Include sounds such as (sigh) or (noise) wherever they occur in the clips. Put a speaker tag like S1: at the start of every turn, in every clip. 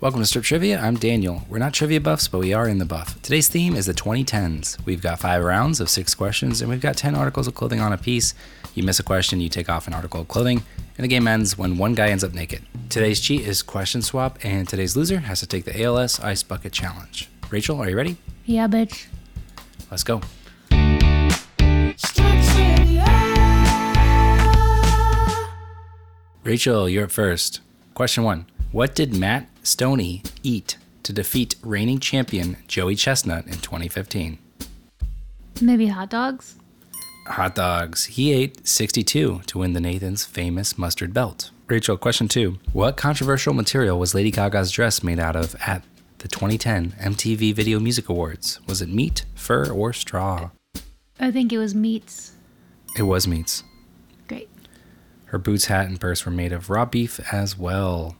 S1: Welcome to Strip Trivia. I'm Daniel. We're not trivia buffs, but we are in the buff. Today's theme is the 2010s. We've got five rounds of six questions, and we've got 10 articles of clothing on a piece. You miss a question, you take off an article of clothing, and the game ends when one guy ends up naked. Today's cheat is question swap, and today's loser has to take the ALS Ice Bucket Challenge. Rachel, are you ready?
S2: Yeah, bitch.
S1: Let's go. Rachel, you're up first. Question one What did Matt Stoney eat to defeat reigning champion Joey Chestnut in 2015?
S2: Maybe hot dogs?
S1: Hot dogs. He ate 62 to win the Nathan's famous mustard belt. Rachel, question two What controversial material was Lady Gaga's dress made out of at the 2010 MTV Video Music Awards? Was it meat, fur, or straw?
S2: I think it was meats.
S1: It was meats.
S2: Great.
S1: Her boots, hat, and purse were made of raw beef as well.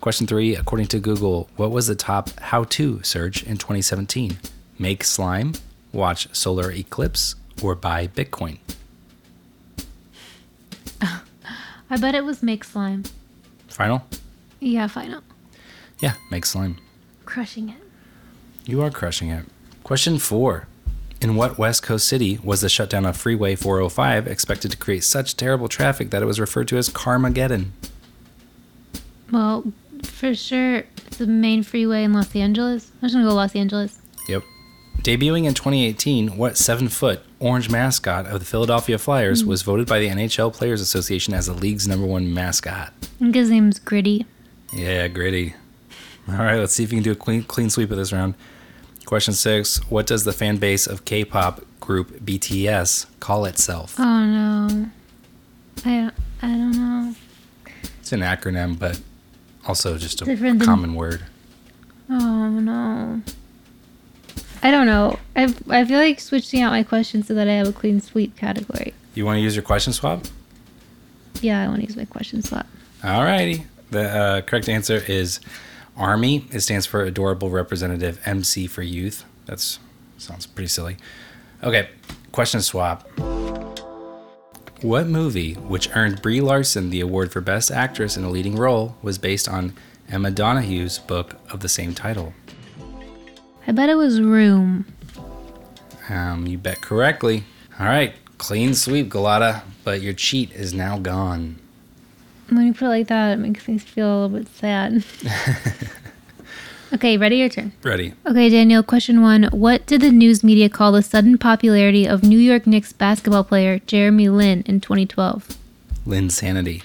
S1: Question three According to Google, what was the top how to search in 2017? Make slime, watch solar eclipse, or buy Bitcoin?
S2: I bet it was make slime.
S1: Final?
S2: Yeah, final.
S1: Yeah, make slime.
S2: Crushing it.
S1: You are crushing it. Question four In what West Coast city was the shutdown of Freeway 405 expected to create such terrible traffic that it was referred to as Carmageddon?
S2: Well, for sure, the main freeway in Los Angeles. I'm just gonna go Los Angeles.
S1: Yep. Debuting in 2018, what seven foot orange mascot of the Philadelphia Flyers was voted by the NHL Players Association as the league's number one mascot?
S2: I think his name's Gritty.
S1: Yeah, gritty. All right, let's see if you can do a clean, clean sweep of this round. Question six What does the fan base of K pop group BTS call itself?
S2: Oh no. I don't, I don't know.
S1: It's an acronym, but also just a
S2: Different than-
S1: common word.
S2: Oh no. I don't know. I I feel like switching out my questions so that I have a clean sweep category.
S1: You want to use your question swap?
S2: Yeah, I want to use my question slot.
S1: All righty. The uh, correct answer is Army. It stands for Adorable Representative MC for Youth. That's sounds pretty silly. Okay, question swap. What movie, which earned Brie Larson the award for Best Actress in a Leading Role, was based on Emma Donahue's book of the same title?
S2: I bet it was room.
S1: Um, you bet correctly. All right, clean sweep, Galata. But your cheat is now gone.
S2: When you put it like that, it makes me feel a little bit sad.
S1: (laughs)
S2: okay, ready your turn.
S1: Ready?
S2: Okay, Daniel, question one. What did the news media call the sudden popularity of New York Knicks basketball player Jeremy Lin in 2012?
S1: Lynn Sanity.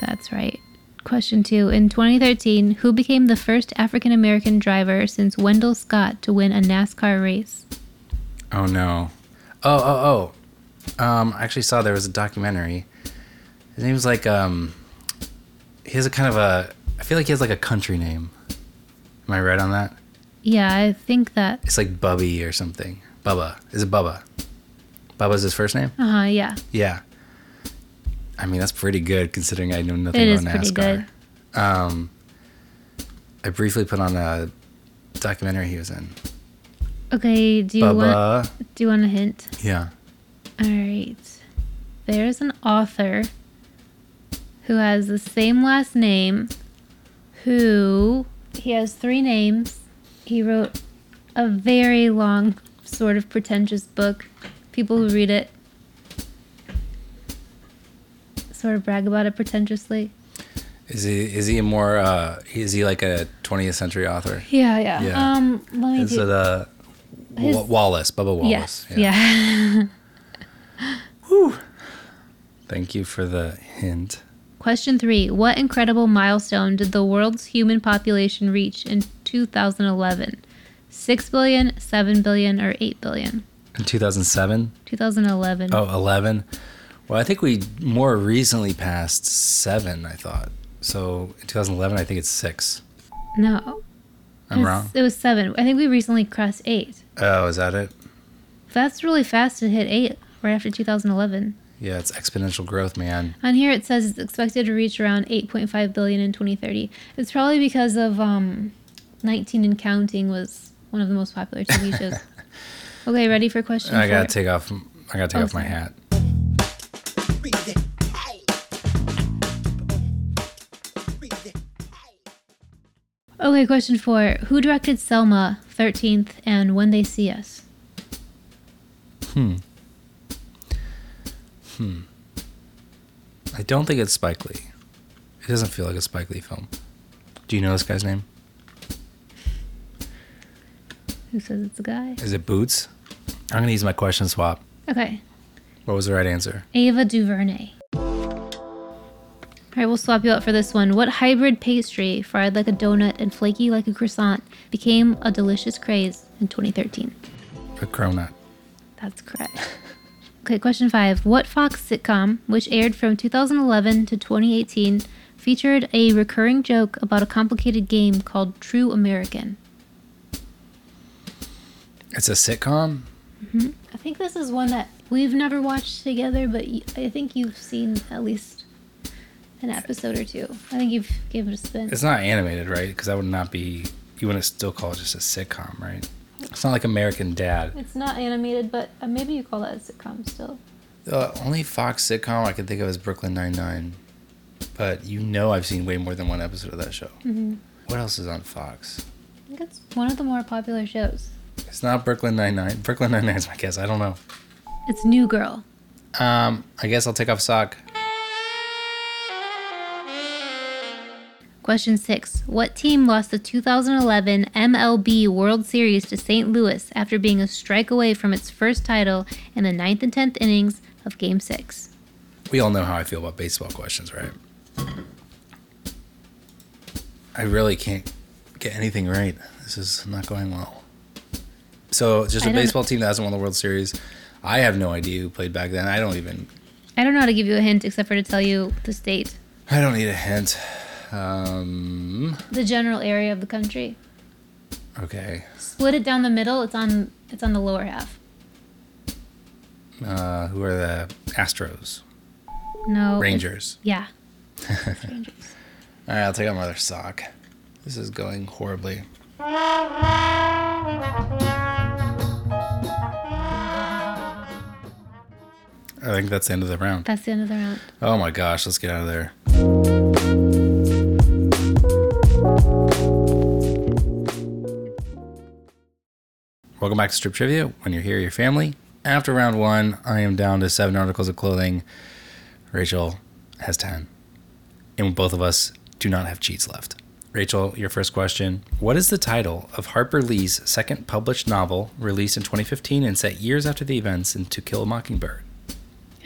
S2: That's right. Question two. In 2013, who became the first African American driver since Wendell Scott to win a NASCAR race?
S1: Oh no. Oh oh oh. Um, I actually saw there was a documentary. His name's like um. He has a kind of a. I feel like he has like a country name. Am I right on that?
S2: Yeah, I think that.
S1: It's like Bubby or something. Bubba. Is it Bubba? Bubba's his first name.
S2: Uh huh, yeah.
S1: Yeah. I mean that's pretty good considering I know nothing
S2: It is
S1: about
S2: pretty
S1: NASCAR.
S2: good.
S1: Um. I briefly put on a documentary he was in.
S2: Okay, do you want
S1: Bubba.
S2: do you want a hint?
S1: Yeah.
S2: All right. There's an author who has the same last name who he has three names. He wrote a very long sort of pretentious book. People who read it sort of brag about it pretentiously.
S1: Is he is he a more uh is he like a 20th century author?
S2: Yeah, yeah.
S1: Yeah.
S2: Um, let me
S1: Is
S2: do
S1: it uh,
S2: His-
S1: Wa- Wallace, Bubba Wallace?
S2: Yes. yeah.
S1: Thank you for the hint.
S2: Question three What incredible milestone did the world's human population reach in 2011? 6 billion, 7 billion, or 8 billion?
S1: In 2007?
S2: 2011.
S1: Oh, 11. Well, I think we more recently passed seven, I thought. So in 2011, I think it's six.
S2: No.
S1: I'm
S2: It's-
S1: wrong.
S2: It was 7. I think we recently crossed 8.
S1: Oh, is that it?
S2: That's really fast to hit 8 right after 2011.
S1: Yeah, it's exponential growth, man.
S2: On here it says it's expected to reach around 8.5 billion in 2030. It's probably because of um, 19 and Counting was one of the most popular TV
S1: (laughs)
S2: shows. okay, ready for question
S1: I
S2: four?
S1: gotta take off. I gotta take
S2: Oh,
S1: off my
S2: sorry.
S1: hat.
S2: Okay, question four. Who directed Selma, 13th, and When They See Us?
S1: Hmm. Hmm. I don't think it's Spike Lee. It doesn't feel like a Spike Lee film. Do you know this guy's name?
S2: Who says it's a guy?
S1: Is it Boots? I'm gonna use my question swap.
S2: Okay,
S1: What was the right answer?
S2: Ava DuVernay. All right, we'll swap you out for this one. What hybrid pastry, fried like a donut and flaky like a croissant, became a delicious craze in 2013?
S1: A cronut.
S2: That's correct. Okay, question five. What Fox sitcom, which aired from 2011 to 2018, featured a recurring joke about a complicated game called True American?
S1: It's a sitcom.
S2: I think this is one that we've never watched together, but y- I think you've seen at least an episode or two. I think you've given it a spin.
S1: It's not animated, right? Because that would not be. You wouldn't still call it just a sitcom, right? It's not like American Dad.
S2: It's not animated, but uh, maybe you call that a sitcom still.
S1: The only Fox sitcom I can think of is Brooklyn Nine Nine, but you know I've seen way more than one episode of that show. What else is on Fox?
S2: I think it's one of the more popular shows.
S1: It's not Brooklyn Nine Nine. Brooklyn Nine Nine is my guess. I don't know.
S2: It's New Girl.
S1: Um, I guess I'll take off sock.
S2: Question six What team lost the 2011 MLB World Series to St. Louis after being a strike away from its first title in the ninth and 10th innings of Game 6?
S1: We all know how I feel about baseball questions, right? I really can't get anything right. This is not going well. So, it's just
S2: I
S1: a
S2: don't-
S1: baseball team that hasn't won the World Series. I have no idea who played back then. I don't even.
S2: I don't know how to give you a hint except for to tell you the state,
S1: I don't need a hint. Um,
S2: the general area of the country.
S1: okay.
S2: Split it down the middle, it's on it's on the lower half.
S1: Uh, who are the Astros?
S2: No. it's-
S1: Rangers.
S2: Yeah. It's Rangers.
S1: All right, I'll take out my other sock. This is going horribly. I think that's the end of the round.
S2: That's the end of the round.
S1: Oh my gosh, let's get out of there. Welcome back to Strip Trivia. When you're here, your family. After round one, I am down to seven articles of clothing. Rachel has 10. And both of us do not have cheats left. Rachel, your first question. What is the title of Harper Lee's second published novel, released in 2015 and set years after the events in To Kill a Mockingbird?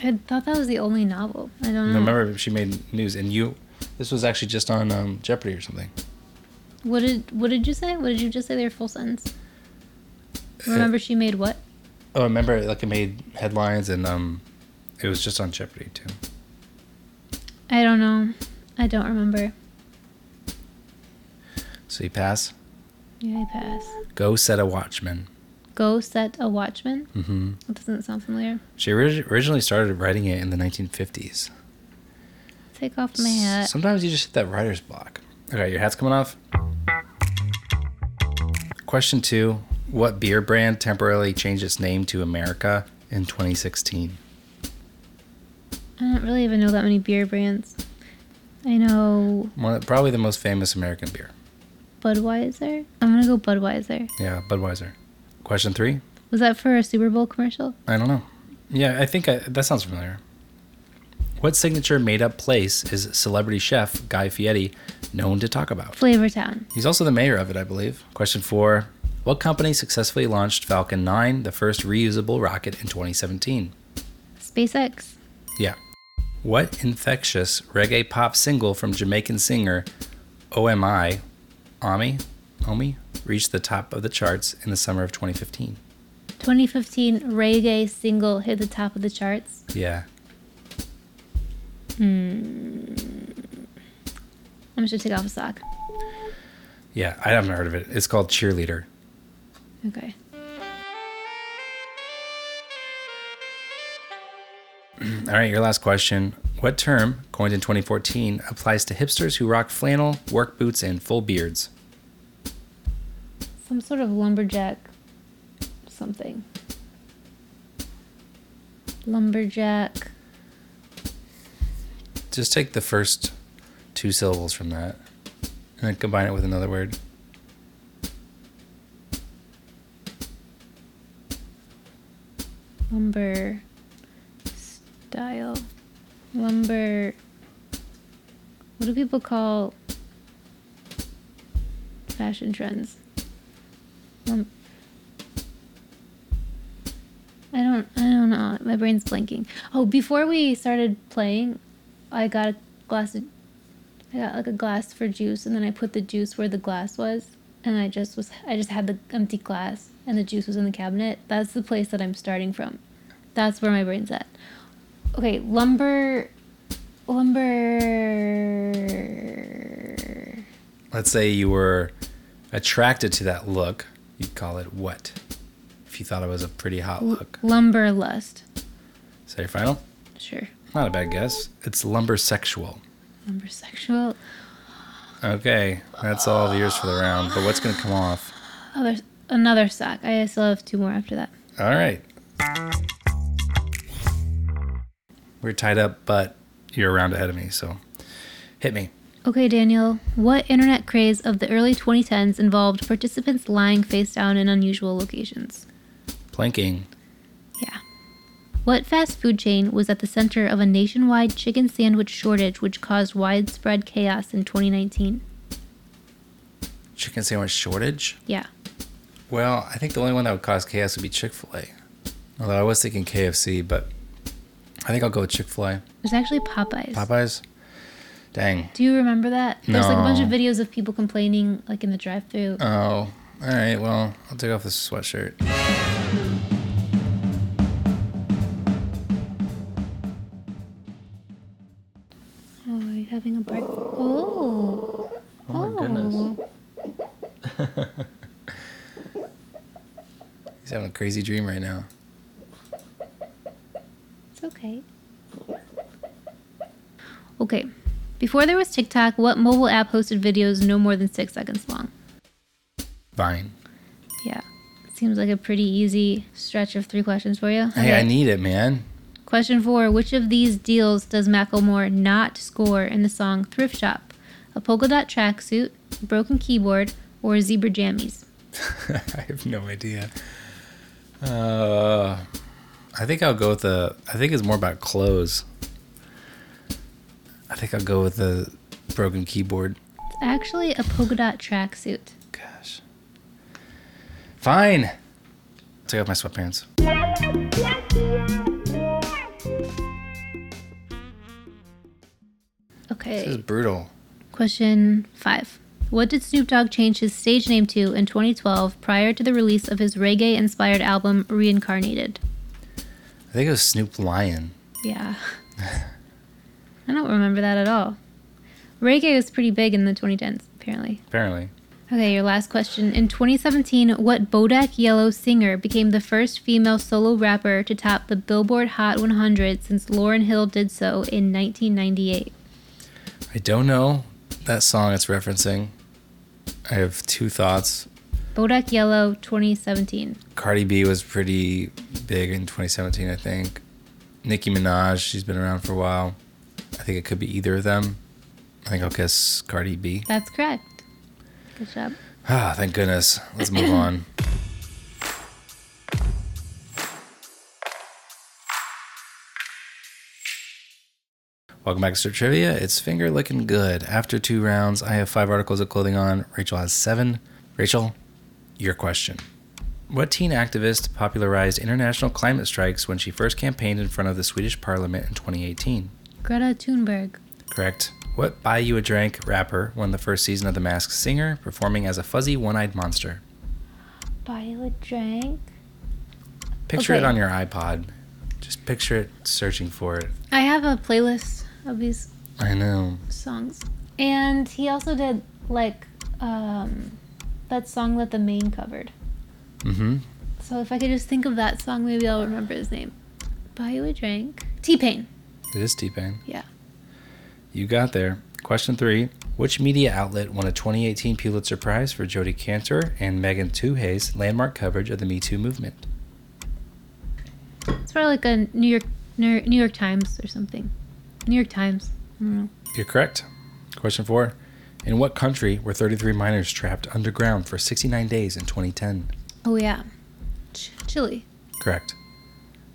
S2: I thought that was the only novel. I don't know.
S1: Remember, she made news, and you. This was actually just on um, Jeopardy or something.
S2: What did what did you say? What did you just say their full sentence? Remember she made what?
S1: Oh, I remember, like it made headlines, and um, it was just on Jeopardy too.
S2: I don't know. I don't remember.
S1: So you pass.
S2: Yeah, I pass.
S1: Go set a watchman.
S2: Go set a watchman.
S1: hmm
S2: That doesn't sound familiar.
S1: She orig- originally started writing it in the 1950s.
S2: Take off my hat.
S1: Sometimes you just hit that writer's block. Okay, your hat's coming off. Question two: What beer brand temporarily changed its name to America in 2016?
S2: I don't really even know that many beer brands. I know
S1: One, probably the most famous American beer.
S2: Budweiser. I'm gonna go Budweiser.
S1: Yeah, Budweiser. Question three.
S2: Was that for a Super Bowl commercial?
S1: I don't know. Yeah, I think I, that sounds familiar. What signature made up place is celebrity chef Guy Fieri known to talk about?
S2: Flavortown.
S1: He's also the mayor of it, I believe. Question four What company successfully launched Falcon 9, the first reusable rocket, in 2017?
S2: SpaceX.
S1: Yeah. What infectious reggae pop single from Jamaican singer OMI, Ami, Omi, reached the top of the charts in the summer of 2015?
S2: 2015 reggae single hit the top of the charts.
S1: Yeah.
S2: I'm just gonna take off a sock.
S1: Yeah, I haven't heard of it. It's called Cheerleader.
S2: Okay.
S1: All right, your last question. What term, coined in 2014, applies to hipsters who rock flannel, work boots, and full beards?
S2: Some sort of lumberjack something. Lumberjack.
S1: Just take the first two syllables from that and then combine it with another word.
S2: Lumber style. Lumber. What do people call fashion trends? Lum- I don't. I don't know. My brain's blanking. Oh, before we started playing, I got a glass. Of, I got like a glass for juice, and then I put the juice where the glass was, and I just was. I just had the empty glass, and the juice was in the cabinet. That's the place that I'm starting from. That's where my brain's at. Okay, lumber, lumber.
S1: Let's say you were attracted to that look. You'd call it what? If you thought it was a pretty hot look.
S2: Lumber lust.
S1: Is that your final?
S2: Sure.
S1: Not a bad guess. It's lumber sexual.
S2: Lumber sexual.
S1: Okay, that's all of yours for the round. But what's going to come off?
S2: Oh, there's another sock. I still have two more after that.
S1: All right. We're tied up, but you're a round ahead of me, so hit me.
S2: Okay, Daniel, what internet craze of the early 2010s involved participants lying face down in unusual locations?
S1: Planking.
S2: Yeah. What fast food chain was at the center of a nationwide chicken sandwich shortage which caused widespread chaos in 2019?
S1: Chicken sandwich shortage?
S2: Yeah.
S1: Well, I think the only one that would cause chaos would be Chick fil A. Although I was thinking KFC, but I think I'll go with Chick fil A.
S2: It was actually Popeyes.
S1: Popeyes? Dang.
S2: Do you remember that? There's like a bunch of
S1: No.
S2: videos of people complaining like in the drive-through.
S1: Oh, all right. Well, I'll take off this sweatshirt.
S2: Oh, are you having a break? Oh.
S3: Oh my goodness.
S1: He's having a crazy dream right now.
S2: It's okay. Okay. Before there was TikTok, what mobile app hosted videos no more than 6 seconds long?
S1: Fine.
S2: Yeah. Seems like a pretty easy stretch of three questions for you.
S1: Hey, I need it, man.
S2: Question four Which of these deals does Macklemore not score in the song Thrift Shop? A polka dot tracksuit, a broken keyboard, or zebra jammies?
S1: (laughs) I have no idea. Uh, I think I'll go with the. I think it's more about clothes. I think I'll go with the broken keyboard.
S2: It's actually a polka dot tracksuit.
S1: Gosh. Fine. Take off my sweatpants. This is
S2: Okay.
S1: brutal.
S2: Question five What did Snoop Dogg change his stage name to in 2012 prior to the release of his reggae inspired album Reincarnated?
S1: I think it was Snoop Lion. (laughs)
S2: Yeah. I don't remember that at all. Reggae was pretty big in the 2010s, apparently.
S1: Apparently,
S2: Okay, your last question. In 2017, what Bodak Yellow singer became the first female solo rapper to top the Billboard Hot 100 since Lauren Hill did so in 1998?
S1: I don't know that song it's referencing. I have two thoughts.
S2: Bodak Yellow 2017.
S1: Cardi B was pretty big in 2017, I think. Nicki Minaj, she's been around for a while. I think it could be either of them. I think I'll guess Cardi B.
S2: That's correct. Good job.
S1: Ah, thank goodness. Let's move on. Welcome back to Strip Trivia. It's finger looking good. After two rounds, I have five articles of clothing on. Rachel has seven. Rachel, your question. What teen activist popularized international climate strikes when she first campaigned in front of the Swedish parliament in 2018?
S2: Greta Thunberg.
S1: Correct. What Buy You a Drink rapper won the first season of The Masked Singer, performing as a fuzzy, one eyed monster?
S2: Buy a drink.
S1: Picture it
S2: Okay.
S1: on your iPod. Just picture it searching for it.
S2: I have a playlist of these
S1: I know.
S2: songs. And he also did, like, um, that song that the main covered.
S1: Mm-hmm.
S2: So if I could just think of that song, maybe I'll remember his name. Buy you a drink. T Pain.
S1: It is T Pain.
S2: Yeah.
S1: You got there. Question three. Which media outlet won a 2018 Pulitzer Prize for Jodie Cantor and Megan Toohey's landmark coverage of the Me Too movement?
S2: It's probably like a New York New New York Times or something. New York Times. I don't know.
S1: You're correct. Question four. In what country were 33 miners trapped underground for 69 days in 2010?
S2: Oh yeah, Ch- Chile.
S1: Correct.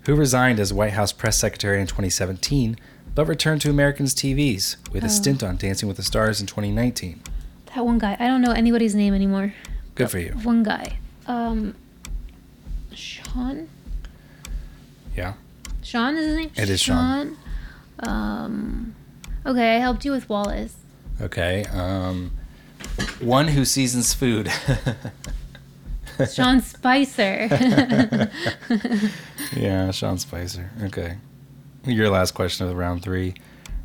S1: Who resigned as White House press secretary in 2017 but returned to Americans' TVs with
S2: Oh.
S1: a stint on Dancing with the Stars in 2019?
S2: That one guy. I don't know anybody's name anymore.
S1: Good for you.
S2: One guy. Um, Sean.
S1: Yeah.
S2: Sean is his name.
S1: It is Sean.
S2: Sean. Um, okay, I helped you with Wallace.
S1: Okay. Um, one who seasons food. (laughs)
S2: Sean Spicer. (laughs)
S1: Yeah, Sean Spicer. Okay. Your last question of the round three.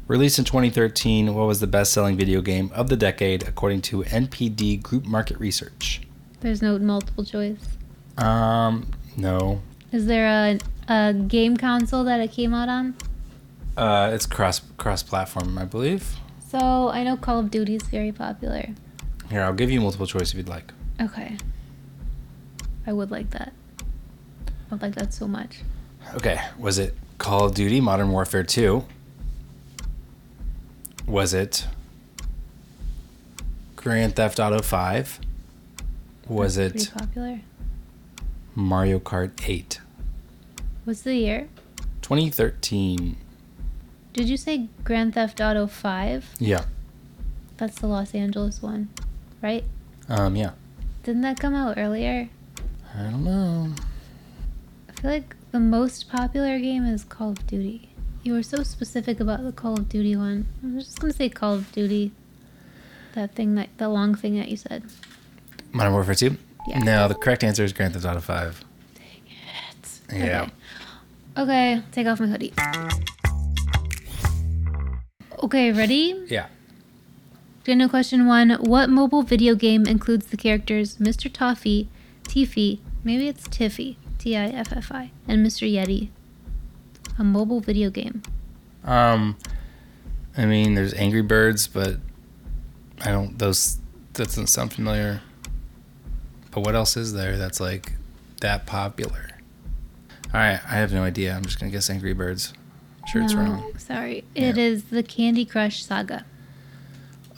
S1: Released in 2013, what was the best selling video game of the decade according to NPD Group Market Research?
S2: There's no multiple choice.
S1: Um, no.
S2: Is there a, a game console that it came out on?
S1: Uh, it's cross cross platform, I believe.
S2: So I know Call of Duty is very popular.
S1: Here, I'll give you multiple choice if you'd like.
S2: Okay. I would like that. I would like that so much.
S1: Okay. Was it Call of Duty Modern Warfare 2? Was it Grand Theft Auto 5? Was
S2: Pretty
S1: it
S2: popular.
S1: Mario Kart 8?
S2: What's the year?
S1: 2013.
S2: Did you say Grand Theft Auto 5?
S1: Yeah.
S2: That's the Los Angeles one, right?
S1: Um, yeah.
S2: Didn't that come out earlier?
S1: I don't know.
S2: I feel like the most popular game is Call of Duty. You were so specific about the Call of Duty one. I'm just gonna say Call of Duty. That thing that the long thing that you said.
S1: Modern Warfare 2?
S2: Yeah.
S1: No, the correct answer is Grand Theft Auto 5. Yeah.
S2: Okay, okay take off my hoodie. Okay, ready?
S1: Yeah.
S2: Daniel question one. What mobile video game includes the characters Mr. Toffee, Tiffy, maybe it's Tiffy, T I F F I, and Mr. Yeti? A mobile video game.
S1: Um, I mean, there's Angry Birds, but I don't, those, that doesn't sound familiar. But what else is there that's like that popular? All right, I have no idea. I'm just going to guess Angry Birds. I'm sure it's
S2: No,
S1: wrong.
S2: Sorry.
S1: Yeah.
S2: It is the Candy Crush Saga.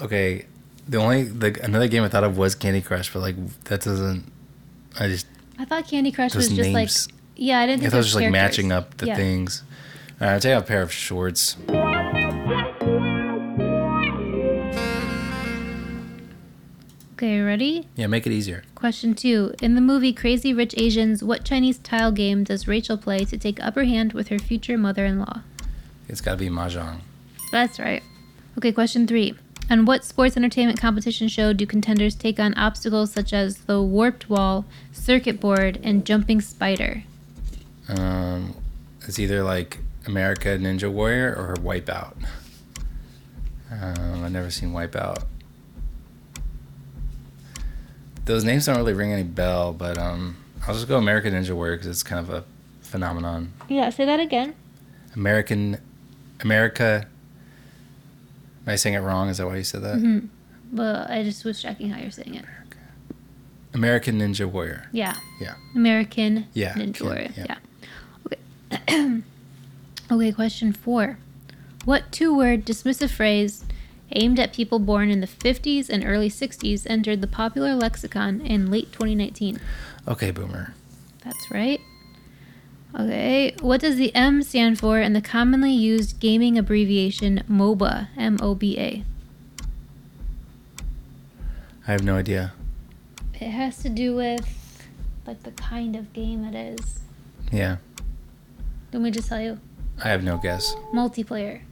S1: Okay, the only, the, another game I thought of was Candy Crush, but like that doesn't, I just,
S2: I thought Candy Crush
S1: those
S2: was just
S1: names.
S2: like yeah, I didn't
S1: I
S2: think
S1: thought it was just like
S2: characters.
S1: matching up the
S2: Yeah.
S1: things. All right, I'll take a pair of shorts.
S2: Okay, ready?
S1: Yeah, make it easier.
S2: Question two. In the movie Crazy Rich Asians, what Chinese tile game does Rachel play to take upper hand with her future mother in law?
S1: It's got to be mahjong.
S2: That's right. Okay, question three. On what sports entertainment competition show do contenders take on obstacles such as the warped wall, circuit board, and jumping spider?
S1: Um, it's either like America Ninja Warrior or Wipeout. Um, I've never seen Wipeout. Those names don't really ring any bell, but um, I'll just go American Ninja Warrior because it's kind of a phenomenon.
S2: Yeah, say that again.
S1: American, America. Am I saying it wrong? Is that why you said that?
S2: hmm Well, I just was checking how you're saying it.
S1: American Ninja Warrior.
S2: Yeah.
S1: Yeah.
S2: American
S1: Yeah,
S2: Ninja
S1: yeah,
S2: Warrior.
S1: yeah.
S2: Yeah. (clears throat) Okay. okay, question four. What two word dismissive phrase aimed at people born in the 50s and early 60s entered the popular lexicon in late 2019?
S1: Okay, Boomer.
S2: That's right. Okay, what does the M stand for in the commonly used gaming abbreviation MOBA? M O B A.
S1: I have no idea.
S2: It has to do with like the kind of game it is.
S1: Yeah,
S2: Let me just tell you
S1: I have no guess.
S2: multiplayer.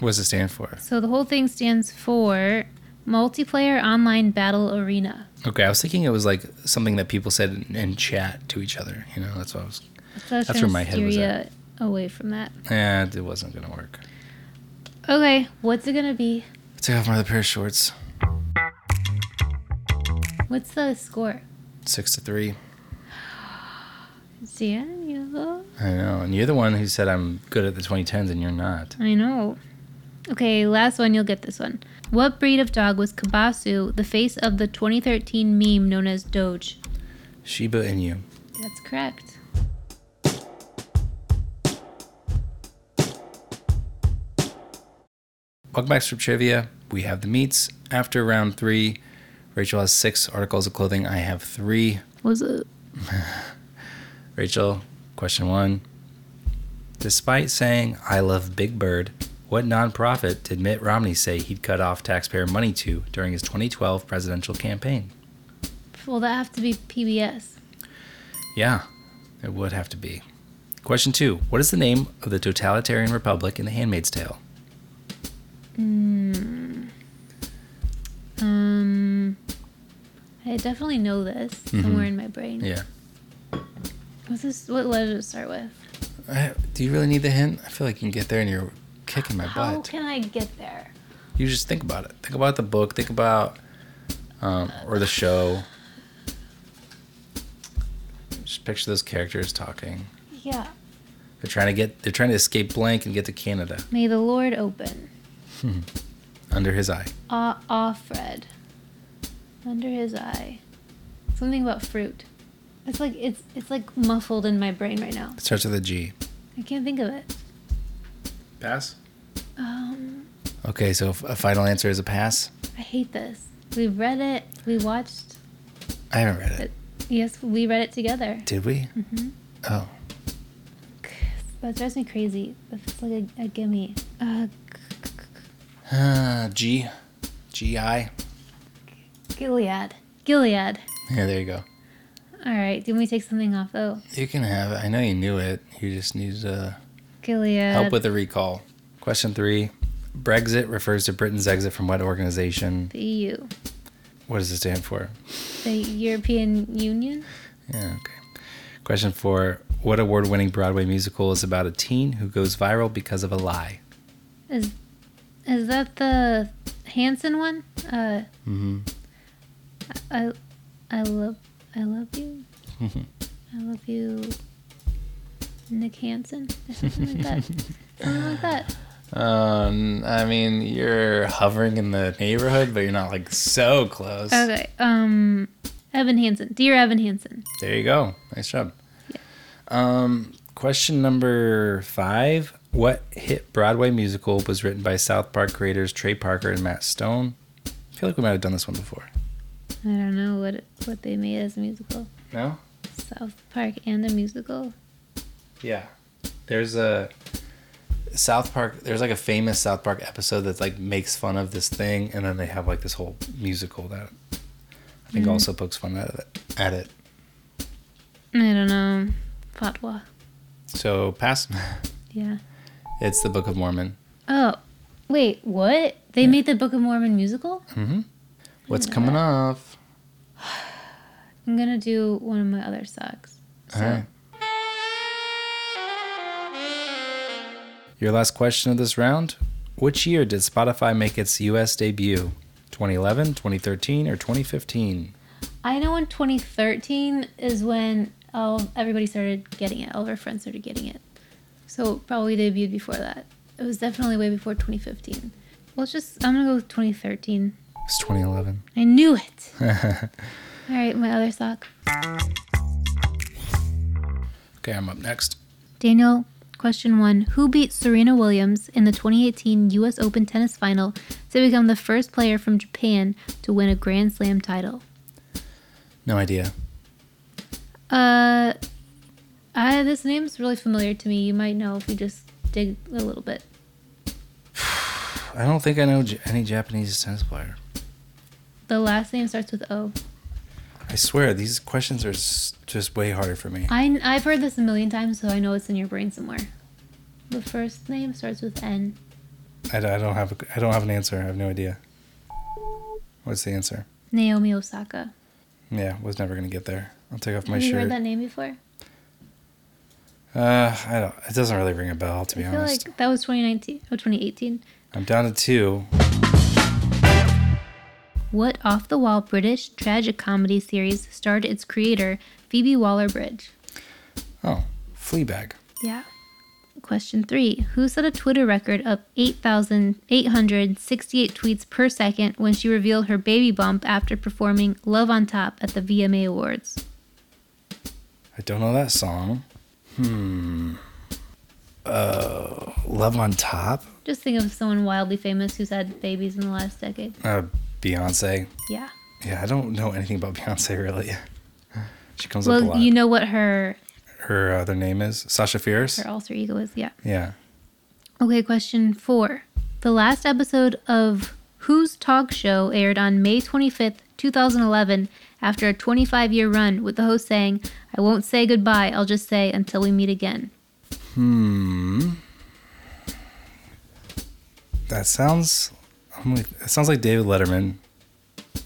S1: What does it stand for?
S2: So the whole thing stands for Multiplayer Online Battle Arena.
S1: Okay, I was thinking it was like something that people said in, in chat to each other. You know, that's what I was.
S2: So I was
S1: That's
S2: trying
S1: where
S2: to
S1: my head was
S2: steer
S1: at.
S2: ya Away from that.
S1: Eh, it wasn't gonna work.
S2: Okay, what's it gonna be?
S1: I took off my other pair of shorts.
S2: What's the score?
S1: Six to three.
S2: Daniel.
S1: I know, and you're the one who said I'm good at the 2010s, and you're not.
S2: I know. Okay, last one. You'll get this one. What breed of dog was Kabasu, the face of the 2013 meme known as Doge?
S1: Sheba and you.
S2: That's correct.
S1: Welcome back to Strip Trivia. we have the meats. After round three, Rachel has six articles of clothing. I have three.
S2: Was it?
S1: Rachel, question one. Despite saying, I love Big Bird, what nonprofit did Mitt Romney say he'd cut off taxpayer money to during his 2012 presidential campaign?
S2: Well, that have to be PBS.
S1: Yeah, it would have to be. Question two What is the name of the totalitarian republic in The Handmaid's Tale?
S2: Um, I definitely know this somewhere in my brain.
S1: Mm-hmm. Yeah.
S2: What's this? What letter to start with?
S1: I, do you really need the hint? I feel like you can get there and you're kicking my
S2: How
S1: butt.
S2: can I get there?
S1: you just think about it. Think about the book. Think about um, or the show. Just picture those characters talking.
S2: Yeah.
S1: They're trying to get. They're trying to escape blank and get to Canada
S2: May the Lord open.
S1: under his eye.
S2: Ah, ah, Fred. Under his eye. Something about fruit. It's like it's it's like muffled in my brain right now.
S1: It starts with a G.
S2: I can't think of it.
S1: Pass.
S2: Um,
S1: Okay, so f- a final answer is a pass.
S2: I hate this. We read it. We watched.
S1: I haven't read it.
S2: Yes, we read it together.
S1: Did we?
S2: Mhm.
S1: Oh,
S2: That drives me crazy. That's like a, a gimme. Uh,
S1: uh, G, G I.
S2: Gilead. Gilead.
S1: Yeah, there you go.
S2: All right. Did we take something off? Oh,
S1: You can have it. I know you knew it. You just need uh,
S2: Gilead.
S1: help with the recall. Question three. Brexit refers to Britain's exit from what organization?
S2: the EU,
S1: What does it stand for?
S2: the European Union.
S1: Yeah, okay. Question four. What award winning Broadway musical is about a teen who goes viral because of a lie?
S2: Is is that the Hanson one? Uh,
S1: Mm-hmm.
S2: I I love I love you. I love you, Nick Hansen, or something like that. something like that.
S1: Um, I mean, you're hovering in the neighborhood, but you're not like so close.
S2: Okay. Um, Evan Hansen, dear Evan Hansen.
S1: There you go. Nice job. Um, question number five. What hit Broadway musical was written by South Park creators Trey Parker and Matt Stone? I feel like we might have done this one before.
S2: I don't know what what they made as a musical.
S1: No?
S2: South Park and a musical.
S1: Yeah. There's a South Park there's like a famous South Park episode that like makes fun of this thing and then they have like this whole musical that I think also pokes fun at it at it.
S2: I don't know. Fatwa.
S1: So pass (laughs)
S2: Yeah.
S1: it's the Book of Mormon.
S2: Oh, wait. What? They made the Book of Mormon musical?
S1: What's coming off?
S2: I'm gonna do one of my other socks.
S1: All right. Your last question of this round Which year did Spotify make its US debut? 2011, 2013, or 2015?
S2: I know in 2013 is when all everybody started getting it. All of our friends started getting it. So it probably debuted before that. It was definitely way before 2015. Well, it's just I'm gonna go with 2013.
S1: It's 2011.
S2: I knew it. all right, my other sock.
S1: Okay, I'm up next.
S2: Daniel, question one Who beat Serena Williams in the 2018 U.S. Open tennis final to become the first player from Japan to win a Grand Slam title?
S1: No idea.
S2: Uh, I, this name's really familiar to me. You might know if you just dig a little bit.
S1: I don't think I know J- any Japanese tennis player.
S2: The last name starts with O.
S1: I swear, these questions are s- just way harder for me.
S2: I, I've heard this a million times, so I know it's in your brain somewhere. The first name starts with N.
S1: I, d- I don't have a, I don't have an answer. I have no idea. What's the answer?
S2: Naomi Osaka.
S1: Yeah, was never gonna get there. I'll take off my
S2: Have you
S1: shirt.
S2: heard that name before?
S1: Uh, I don't. It doesn't really ring a bell, to be
S2: I feel
S1: honest.
S2: like that was 2019. Oh, 2018.
S1: I'm down to two.
S2: What off the wall British tragic comedy series starred its creator, Phoebe Waller Bridge?
S1: Oh, Fleabag.
S2: Yeah. Question three Who set a Twitter record of 8,868 tweets per second when she revealed her baby bump after performing Love on Top at the VMA Awards?
S1: I don't know that song. Hmm. Uh, Love on Top?
S2: Just think of someone wildly famous who's had babies in the last decade.
S1: Uh, Beyonce.
S2: Yeah.
S1: Yeah, I don't know anything about (laughs) Beyonce really. She comes up a
S2: Well,
S1: lot.
S2: you know what her
S1: Her other name is Sasha Fierce.
S2: her alter ego is. Yeah.
S1: Yeah.
S2: Okay, question four. The last episode of Whose Talk Show aired on May 25th, 2011, after a 25 year run, with the host saying, I won't say goodbye, I'll just say until we meet again.
S1: That sounds. I'm like, it sounds like David Letterman.
S2: It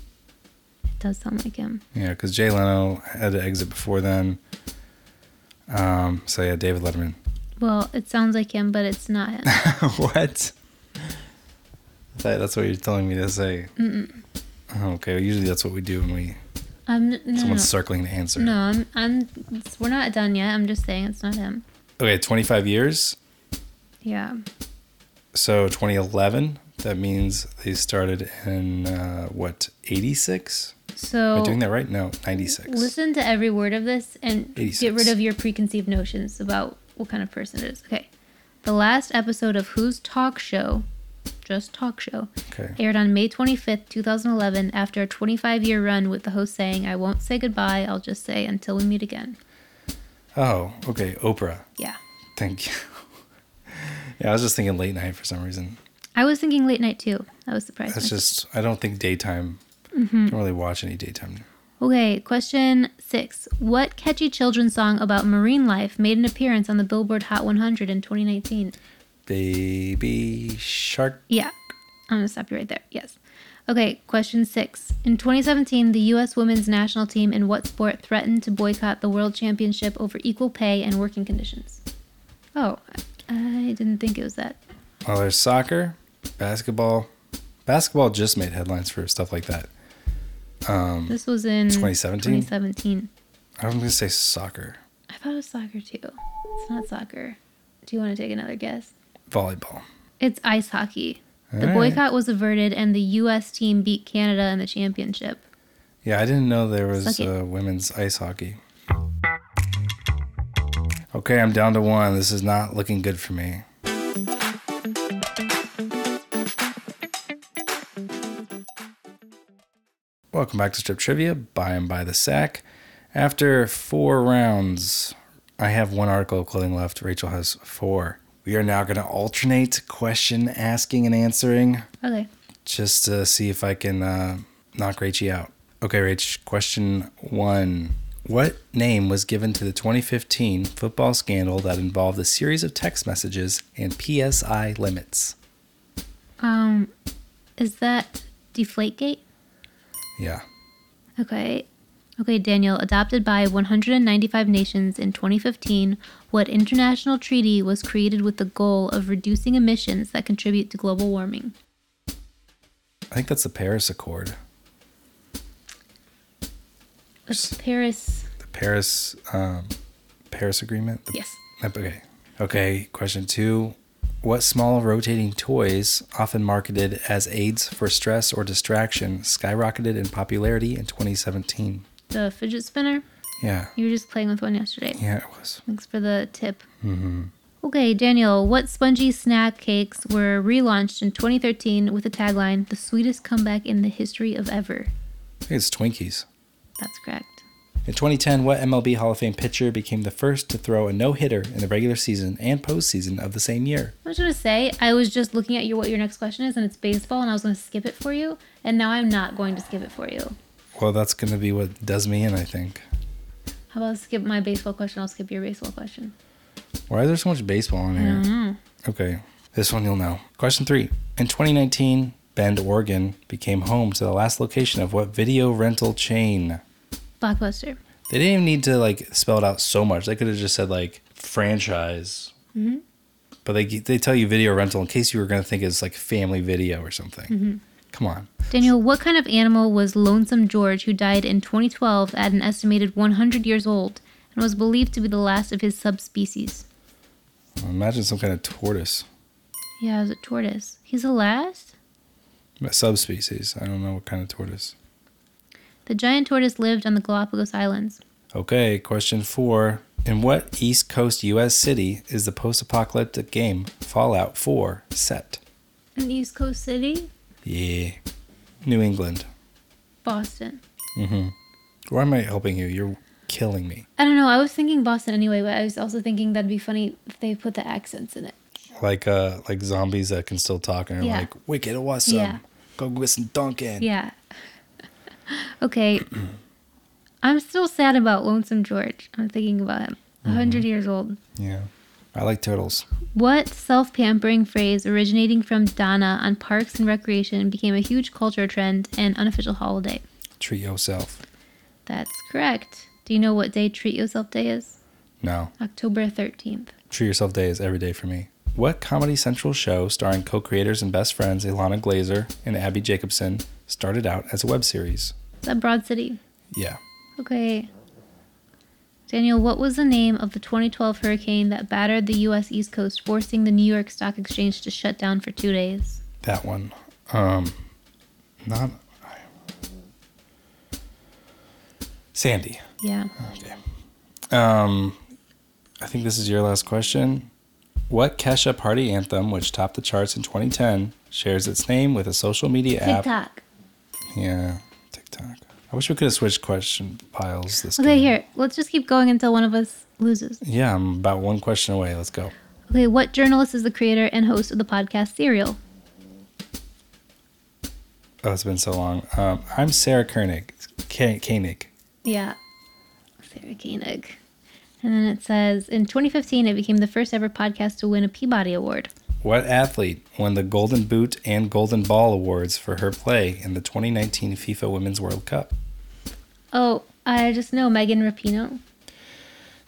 S2: does sound like him.
S1: Yeah, because Jay Leno had to exit before then. Um. So yeah, David
S2: (laughs)
S1: Letterman.
S2: Well, it sounds like him, but it's not him.
S1: what? I thought that's what you're telling me to say. Oh, Okay. well, usually that's what we do when we
S2: I'm, Um, no, no, no.
S1: someone's circling the answer.
S2: No, I'm, I'm, it's- we're not done yet. I'm just saying it's not him.
S1: Okay, 25 years.
S2: Yeah.
S1: So 2011. That means they started in uh, what 86? Am I doing
S2: So
S1: that right? No, 96.
S2: Oh. listen to every word of this and get
S1: 86.
S2: rid of your preconceived notions about what kind of person it is. Okay. The last episode of Who's Talk Show, just talk show,
S1: Okay.
S2: aired on May 25th, 2011, after a 25 year run with the host saying, I won't say goodbye, I'll just say until we meet again.
S1: Oh, okay. Oprah.
S2: Yeah.
S1: Thank you. (laughs) yeah, I was just thinking late night for some reason.
S2: I was thinking late night too. I was surprised.
S1: That's
S2: myself.
S1: just I don't think daytime. Don't really watch any daytime.
S2: Okay, question six. What catchy children's song about marine life made an appearance on the Billboard Hot 100 in 2019?
S1: Baby shark.
S2: Yeah, I'm gonna stop you right there. Yes. Okay, question six. In 2017, the U.S. women's national team in what sport threatened to boycott the World Championship over equal pay and working conditions? Oh, I didn't think it was that.
S1: Well, there's soccer, basketball. Basketball just made headlines for stuff like that. Um,
S2: This was in
S1: 2017?
S2: 2017.
S1: I'm gonna say soccer,
S2: I thought it was soccer too. It's not soccer. Do you want to take another guess?
S1: volleyball.
S2: It's ice hockey. The
S1: All right.
S2: boycott was averted, and the U.S. team beat Canada in the championship.
S1: Yeah, I didn't know there was
S2: Suck it.
S1: uh, women's ice hockey. Okay, I'm down to one. This is not looking good for me. Welcome back to Strip Trivia, by and by the sack. After four rounds, I have one article of clothing left. Rachel has four. We are now going to alternate question asking and answering
S2: Okay.
S1: just to see if I can uh, knock Rachie out. Okay, Rach, question one. What name was given to the 2015 football scandal that involved a series of text messages and PSI limits?
S2: Um, is that Deflategate?
S1: Yeah.
S2: Okay. Okay, Daniel. Adopted by 195 nations in 2015, what international treaty was created with the goal of reducing emissions that contribute to global warming?
S1: I think that's the Paris Accord.
S2: It's Paris.
S1: The Paris um, Paris Agreement? The-
S2: Yes.
S1: Okay. Okay, question two. What small rotating toys, often marketed as aids for stress or distraction, skyrocketed in popularity in 2017?
S2: The fidget spinner.
S1: Yeah.
S2: You were just playing with one yesterday.
S1: Yeah, it was.
S2: Thanks for the tip. Okay, Daniel, what spongy snack cakes were relaunched in 2013 with the tagline, the sweetest comeback in the history of ever?
S1: I think it's Twinkies.
S2: That's correct.
S1: In 2010, what MLB Hall of Fame pitcher became the first to throw a no hitter in the regular season and postseason of the same year?
S2: I was going to say, I was just looking at your what your next question is, and it's baseball, and I was going to skip it for you, and now I'm not going to skip it for you.
S1: Well, that's going to be what does me in, I think.
S2: How about skip my baseball question? I'll skip your baseball question.
S1: Why is there so much baseball on here? Okay, this one you'll know. Question three. In 2019, Bend, Oregon became home to the last location of what video rental chain?
S2: Blockbuster.
S1: They didn't even need to like spell it out so much. They could have just said like franchise. But they they tell you video rental in case you were going to think it's like family video or something. Come on.
S2: Daniel, what kind of animal was Lonesome George, who died in 2012 at an estimated 100 years old and was believed to be the last of his subspecies?
S1: Imagine some kind of tortoise
S2: Yeah, it was a tortoise. He's the last?
S1: a subspecies. I don't know what kind of tortoise.
S2: The giant tortoise lived on the Galapagos Islands.
S1: Okay, question four. In what East Coast U.S. city is the post apocalyptic game Fallout 4 set?
S2: In East Coast City,
S1: Yeah. New England.
S2: Boston.
S1: Why am I helping you? You're killing me.
S2: I don't know. I was thinking Boston anyway, but I was also thinking that'd be funny if they put the accents in it.
S1: Like uh like zombies that can still talk and are
S2: Yeah.
S1: like, Wicked awesome.
S2: Yeah.
S1: Go get some Dunkin'.
S2: Yeah. (laughs) okay. I'm still sad about Lonesome George. I'm thinking about him. A 100 years old.
S1: Yeah. I like turtles.
S2: What self pampering phrase originating from Donna on Parks and Recreation became a huge culture trend and unofficial holiday?
S1: Treat yourself.
S2: That's correct. Do you know what day Treat Yourself Day is?
S1: No.
S2: October 13th.
S1: Treat yourself day is every day for me. What Comedy Central show starring co creators and best friends Ilana Glazer and Abby Jacobson started out as a web series?
S2: Is that Broad City?
S1: Yeah.
S2: Okay. Daniel, what was the name of the 2012 hurricane that battered the U.S. East Coast, forcing the New York Stock Exchange to shut down for two days?
S1: That one. Um not Sandy.
S2: Yeah.
S1: Um, I think this is your last question. What Kesha party anthem, which topped the charts in 2010, shares its name with a social media app?
S2: TikTok.
S1: Yeah, TikTok. I wish we could have switched question piles this
S2: Okay,
S1: game.
S2: here. Let's just keep going until one of us loses.
S1: Yeah, I'm about one question away. Let's go.
S2: Okay, what journalist is the creator and host of the podcast Serial?
S1: Oh, it's been so long. Um, I'm Sarah Koenig. K- Koenig.
S2: Yeah. Sarah Koenig. And then it says in 2015, it became the first ever podcast to win a Peabody Award.
S1: What athlete won the Golden Boot and Golden Ball awards for her play in the 2019 FIFA Women's World Cup?
S2: Oh, I just know Megan Rapino.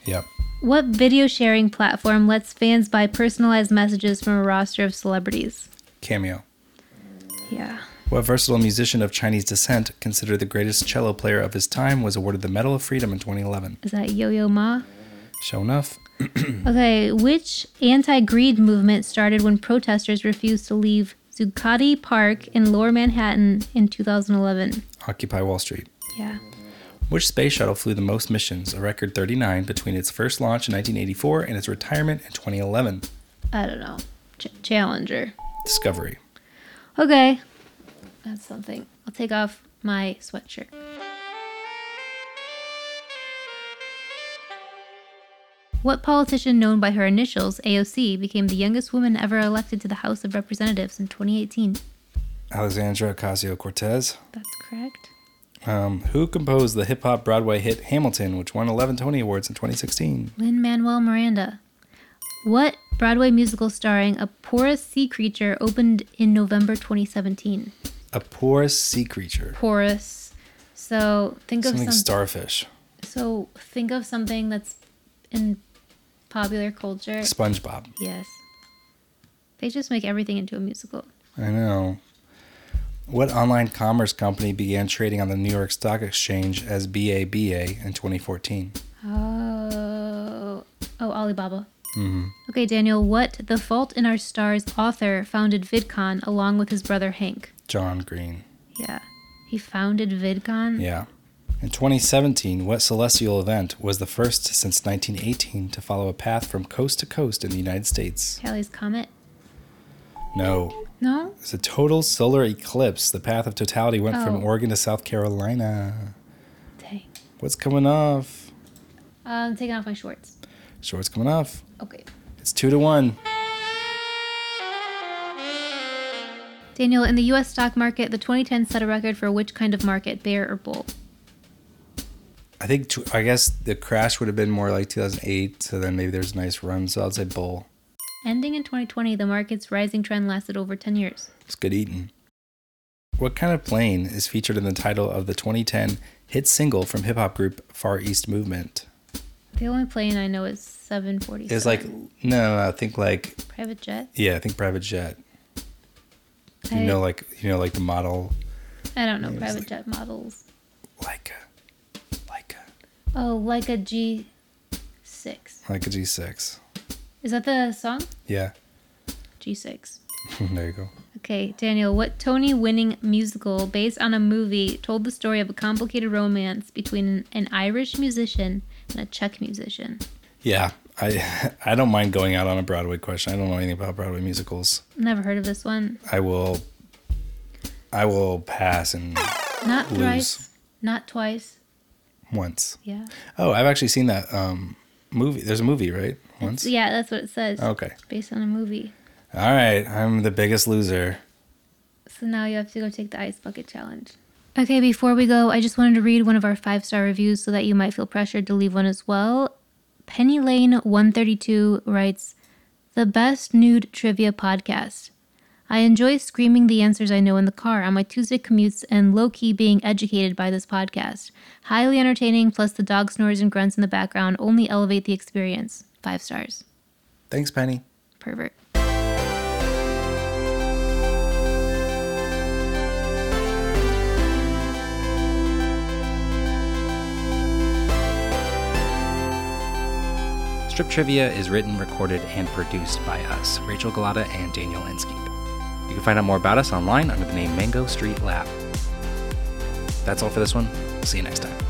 S1: Yep.
S2: What video sharing platform lets fans buy personalized messages from a roster of celebrities?
S1: Cameo.
S2: Yeah.
S1: What versatile musician of Chinese descent, considered the greatest cello player of his time, was awarded the Medal of Freedom in 2011?
S2: Is that Yo Yo Ma?
S1: Show enough.
S2: Okay, which anti greed movement started when protesters refused to leave Zuccotti Park in lower Manhattan in 2011?
S1: Occupy Wall Street.
S2: Yeah.
S1: Which space shuttle flew the most missions, a record 39, between its first launch in 1984 and its retirement in 2011?
S2: I don't know. Ch- Challenger.
S1: Discovery.
S2: Okay. That's something. I'll take off my sweatshirt. What politician known by her initials, AOC, became the youngest woman ever elected to the House of Representatives in 2018?
S1: Alexandra Ocasio Cortez.
S2: That's correct.
S1: Um, who composed the hip hop Broadway hit Hamilton, which won 11 Tony Awards in 2016?
S2: Lynn Manuel Miranda. What Broadway musical starring a porous sea creature opened in November 2017?
S1: A porous sea creature.
S2: Porous. So think of
S1: Something
S2: some.
S1: starfish.
S2: So think of something that's in popular culture.
S1: SpongeBob.
S2: Yes. They just make everything into a musical.
S1: I know. What online commerce company began trading on the New York Stock Exchange as BABA in 2014?
S2: Oh. Oh, Alibaba.
S1: Mm-hmm.
S2: Okay, Daniel, what The Fault in Our Stars author founded VidCon along with his brother Hank?
S1: John Green.
S2: Yeah. He founded VidCon?
S1: Yeah. In 2017, what celestial event was the first since 1918 to follow a path from coast to coast in the United States?
S2: Callie's Comet?
S1: No.
S2: No?
S1: It's a total solar eclipse. The path of totality went
S2: Oh.
S1: from Oregon to South Carolina.
S2: Dang.
S1: What's coming off?
S2: Um, taking off my shorts.
S1: Short's coming off.
S2: Okay.
S1: It's two to one.
S2: Daniel, in the US stock market, the 2010 set a record for which kind of market, bear or bull?
S1: I think tw- I guess the crash would have been more like 2008, so then maybe there's a nice run. So I'd say bull.
S2: Ending in 2020, the market's rising trend lasted over 10 years.
S1: It's good eating. What kind of plane is featured in the title of the 2010 hit single from hip hop group Far East Movement?
S2: The only plane I know is 747.
S1: It's like no, I think like
S2: private jet.
S1: yeah, I think private jet. You
S2: I,
S1: know, like you know, like the model,
S2: I don't know
S1: it's
S2: private jet models.
S1: like a, like
S2: Oh, like a G six.
S1: a, like a G6.
S2: Is that the song?
S1: Yeah,
S2: G six.
S1: Mm-hmm. there you go.
S2: Okay, Daniel. What Tony-winning musical based on a movie told the story of a complicated romance between an, an Irish musician and a Czech musician?
S1: Yeah, I (laughs) I don't mind going out on a Broadway question. I don't know anything about Broadway musicals.
S2: Never heard of this one.
S1: I will I will pass and
S2: Not
S1: Blues.
S2: thrice. Not twice.
S1: once.
S2: Yeah.
S1: Oh, I've actually seen that um movie. There's a movie, right? Once.
S2: Yeah, that's what it says.
S1: Okay.
S2: Based on a movie.
S1: All right. I'm the biggest loser.
S2: So now you have to go take the ice bucket challenge. Okay, before we go, I just wanted to read one of our five star reviews so that you might feel pressured to leave one as well. Penny Lane 132 writes The best nude trivia podcast. I enjoy screaming the answers I know in the car on my Tuesday commutes and low key being educated by this podcast. Highly entertaining, plus the dog snores and grunts in the background only elevate the experience. Five stars.
S1: Thanks, Penny.
S2: Pervert.
S1: Strip Trivia is written, recorded, and produced by us, Rachel Galata and Daniel Inskeep. You can find out more about us online under the name Mango Street Lab. That's all for this one. See you next time.